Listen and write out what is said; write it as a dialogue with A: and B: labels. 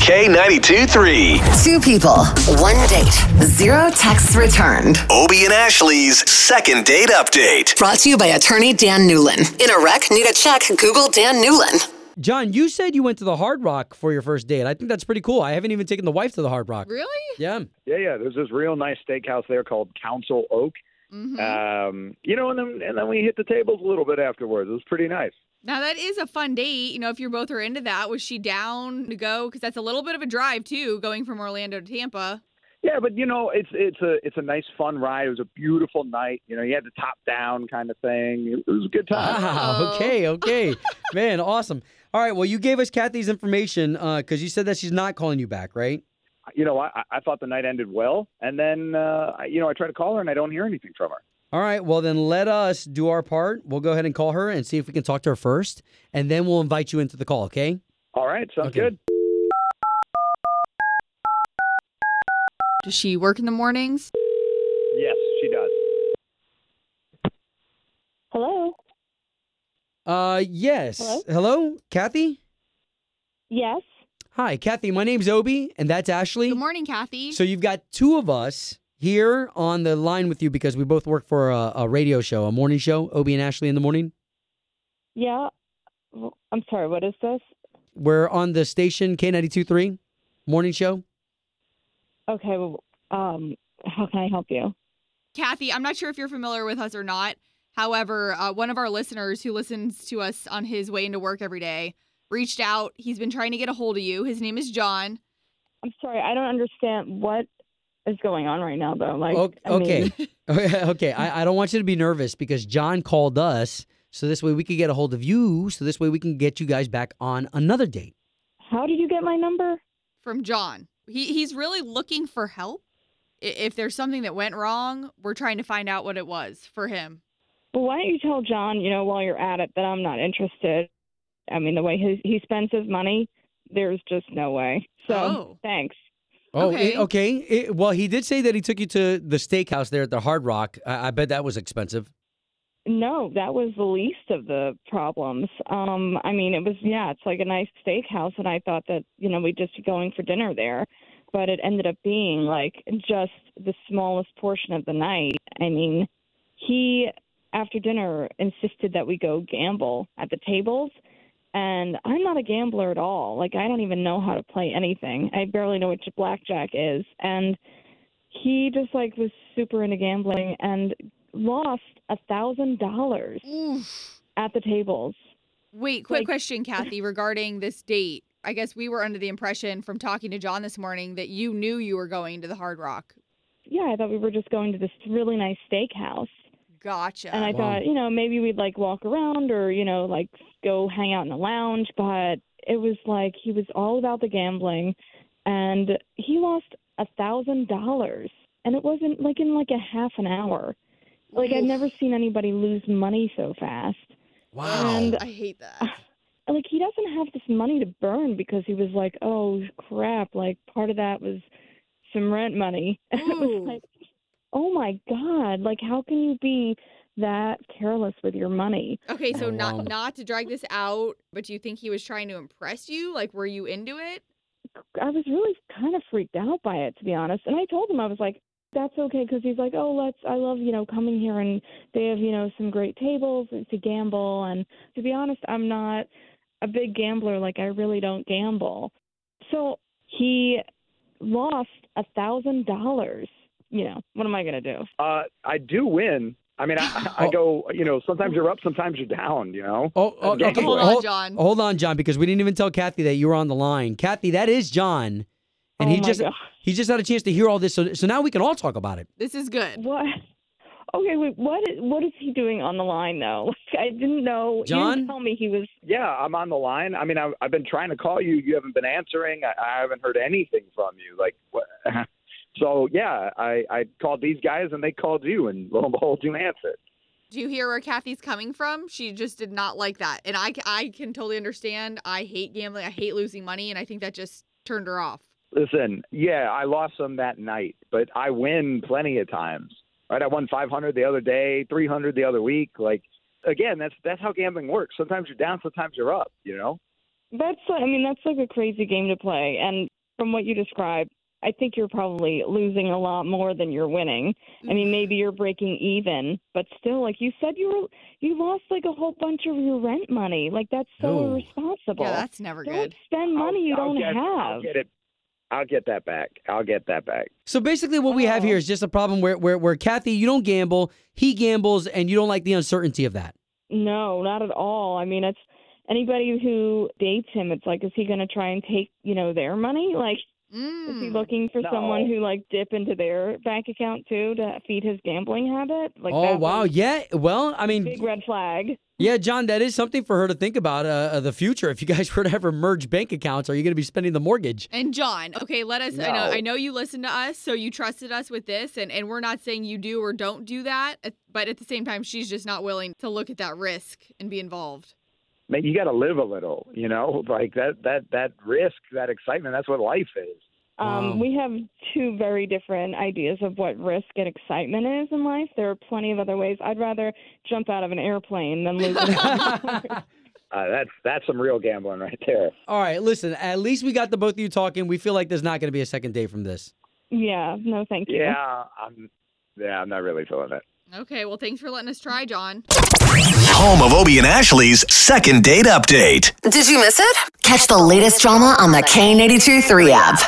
A: K92 3.
B: Two people, one date, zero texts returned.
A: Obie and Ashley's second date update.
B: Brought to you by attorney Dan Newlin. In a wreck, need a check, Google Dan Newlin.
C: John, you said you went to the Hard Rock for your first date. I think that's pretty cool. I haven't even taken the wife to the Hard Rock.
D: Really?
C: Yeah.
E: Yeah, yeah. There's this real nice steakhouse there called Council Oak. Um, you know, and then and then we hit the tables a little bit afterwards. It was pretty nice.
D: Now that is a fun date. You know, if you both are into that, was she down to go? Because that's a little bit of a drive too, going from Orlando to Tampa.
E: Yeah, but you know, it's it's a it's a nice fun ride. It was a beautiful night. You know, you had the top down kind of thing. It was a good time.
C: Ah,
D: Oh.
C: okay, okay. Man, awesome. All right, well, you gave us Kathy's information because you said that she's not calling you back, right?
E: You know, I I thought the night ended well, and then uh, I- you know I try to call her and I don't hear anything from her.
C: All right, well, then let us do our part. We'll go ahead and call her and see if we can talk to her first, and then we'll invite you into the call, okay?
E: All right, sounds
C: Okay.
E: good.
D: Does she work in the mornings?
E: Yes, she does.
F: Hello.
C: Uh, yes.
F: Hello?
C: Kathy?
F: Yes.
C: Hi, Kathy. My name's Obi, and that's Ashley.
D: Good morning, Kathy.
C: So you've got two of us here on the line with you because we both work for a, a radio show, a morning show, Obi and Ashley in the morning.
F: Yeah. Well, I'm sorry. What is this?
C: We're on the station K92.3 morning show.
F: Okay. Well, um, how can I help you?
D: Kathy, I'm not sure if you're familiar with us or not. However, uh, one of our listeners who listens to us on his way into work every day reached out. He's been trying to get a hold of you. His name is John.
F: I'm sorry. I don't understand what is going on right now, though. Like,
C: O-
F: I mean,
C: okay. okay. I, I don't want you to be nervous because John called us. So this way we could get a hold of you. So this way we can get you guys back on another date.
F: how did you get my number?
D: from John. He he's really looking for help. I- If there's something that went wrong, we're trying to find out what it was for him.
F: Well, why don't you tell John, you know, while you're at it, that I'm not interested. I mean, the way he he spends his money, there's just no way. So,
D: Oh.
F: thanks.
C: Oh,
D: Okay.
C: it- okay. It- well, he did say that he took you to the steakhouse there at the Hard Rock. I, I bet that was expensive.
F: No, that was the least of the problems. Um, I mean, it was yeah, it's like a nice steakhouse, and I thought that you know we'd just be going for dinner there, but it ended up being like just the smallest portion of the night. I mean, he after dinner insisted that we go gamble at the tables, and I'm not a gambler at all. Like I don't even know how to play anything. I barely know what blackjack is, and he just like was super into gambling and lost a thousand dollars at the tables.
D: Wait, quick
F: Like-
D: question, Kathy, regarding this date. I guess we were under the impression from talking to John this morning that you knew you were going to the Hard Rock.
F: Yeah, I thought we were just going to this really nice steakhouse,
D: Gotcha.
F: and I
C: Wow.
F: thought you know maybe we'd like walk around or you know like go hang out in a lounge, but it was like he was all about the gambling, and he lost a thousand dollars, and it wasn't like in like a half an hour. Like I've never seen anybody lose money so fast.
C: Wow.
F: And
D: I hate that.
F: And, like he doesn't have this money to burn because he was like, oh crap, like part of that was some rent money. And it
D: Ooh.
F: was like, oh my god, like how can you be that careless with your money?
D: Okay, so
C: Oh,
D: not
C: wow.
D: not to drag this out, but do you think he was trying to impress you? Like, were you into it?
F: I was really kind of freaked out by it to be honest. And I told him I was like, that's okay because he's like, oh let's, I love you know coming here and they have you know some great tables to gamble and to be honest, I'm not a big gambler. Like I really don't gamble. So he lost a thousand dollars. You know, what am I gonna do?
E: Uh, I do win. I mean, I, I go. You know, sometimes you're up, sometimes you're down. You know.
C: Oh, oh,
E: Okay.
C: okay.
D: Hold on,
C: hold,
F: Mm-hmm.
D: John.
C: hold on, John, because we didn't even tell Kathy that you were on the line. Kathy, that is John, and
F: oh
C: he
F: my
C: just
F: God.
C: he just had a chance to hear all this, so so now we can all talk about it.
D: This is good.
F: what? Okay, wait. What is what is he doing on the line though? Like, I didn't know. you
C: John?
F: didn't tell me he was.
E: Yeah, I'm on the line. I mean, I, I've been trying to call you. You haven't been answering. I, I haven't heard anything from you. Like, what? so yeah, I, I called these guys and they called you, and lo and behold, you answered.
D: Do you hear where Kathy's coming from? She just did not like that. And I, I can totally understand. I hate gambling. I hate losing money. And I think that just turned her off.
E: Listen, yeah, I lost some that night, but I win plenty of times. Right? I won 500 the other day, 300 the other week. Like, again, that's that's how gambling works. Sometimes you're down, sometimes you're up. You know.
F: That's, I mean, that's like a crazy game to play. And from what you described, I think you're probably losing a lot more than you're winning. I mean, maybe you're breaking even, but still, like you said, you were you lost like a whole bunch of your rent money. Like that's so
C: No.
F: irresponsible.
D: Yeah, that's never
F: don't
D: good.
F: spend money you
E: I'll- I'll
F: don't
E: get-
F: have.
E: I'll get it. I'll get that back. I'll get that back.
C: So basically, what we
F: Oh.
C: have here is just a problem where where where Kathy, you don't gamble, he gambles, and you don't like the uncertainty of that.
F: No, not at all. I mean, it's anybody who dates him. It's like, is he going to try and take you know their money? Like, is he
C: Hmm.
D: Mm.
F: looking for
E: No.
F: someone who like dip into their bank account too to feed his gambling habit? Like,
C: oh
F: that
C: wow,
F: was
C: yeah. Well, I
F: a
C: mean,
F: big red flag.
C: yeah, John, that is something for her to think about uh, uh, the future. If you guys were to ever merge bank accounts, are you going to be spending the mortgage?
D: And John, okay, let us. I know,
E: No.
D: I know you listened to us, so you trusted us with this, and and we're not saying you do or don't do that, uh, but at the same time, she's just not willing to look at that risk and be involved.
E: Man, you got to live a little, you know, like that, that, that risk, that excitement. That's what life is.
C: Wow.
F: Um, we have two very different ideas of what risk and excitement is in life. There are plenty of other ways. I'd rather jump out of an airplane than lose.
E: Uh, that's that's some real gambling right there.
C: All right, listen. At least we got the both of you talking. We feel like there's not going to be a second day from this.
F: yeah, no, thank you.
E: Yeah, I'm. Yeah, I'm not really feeling it.
D: Okay, well, thanks for letting us try, John.
A: Home of Obie and Ashley's second date update.
B: Did you miss it? Catch the latest drama on the K82 3 app.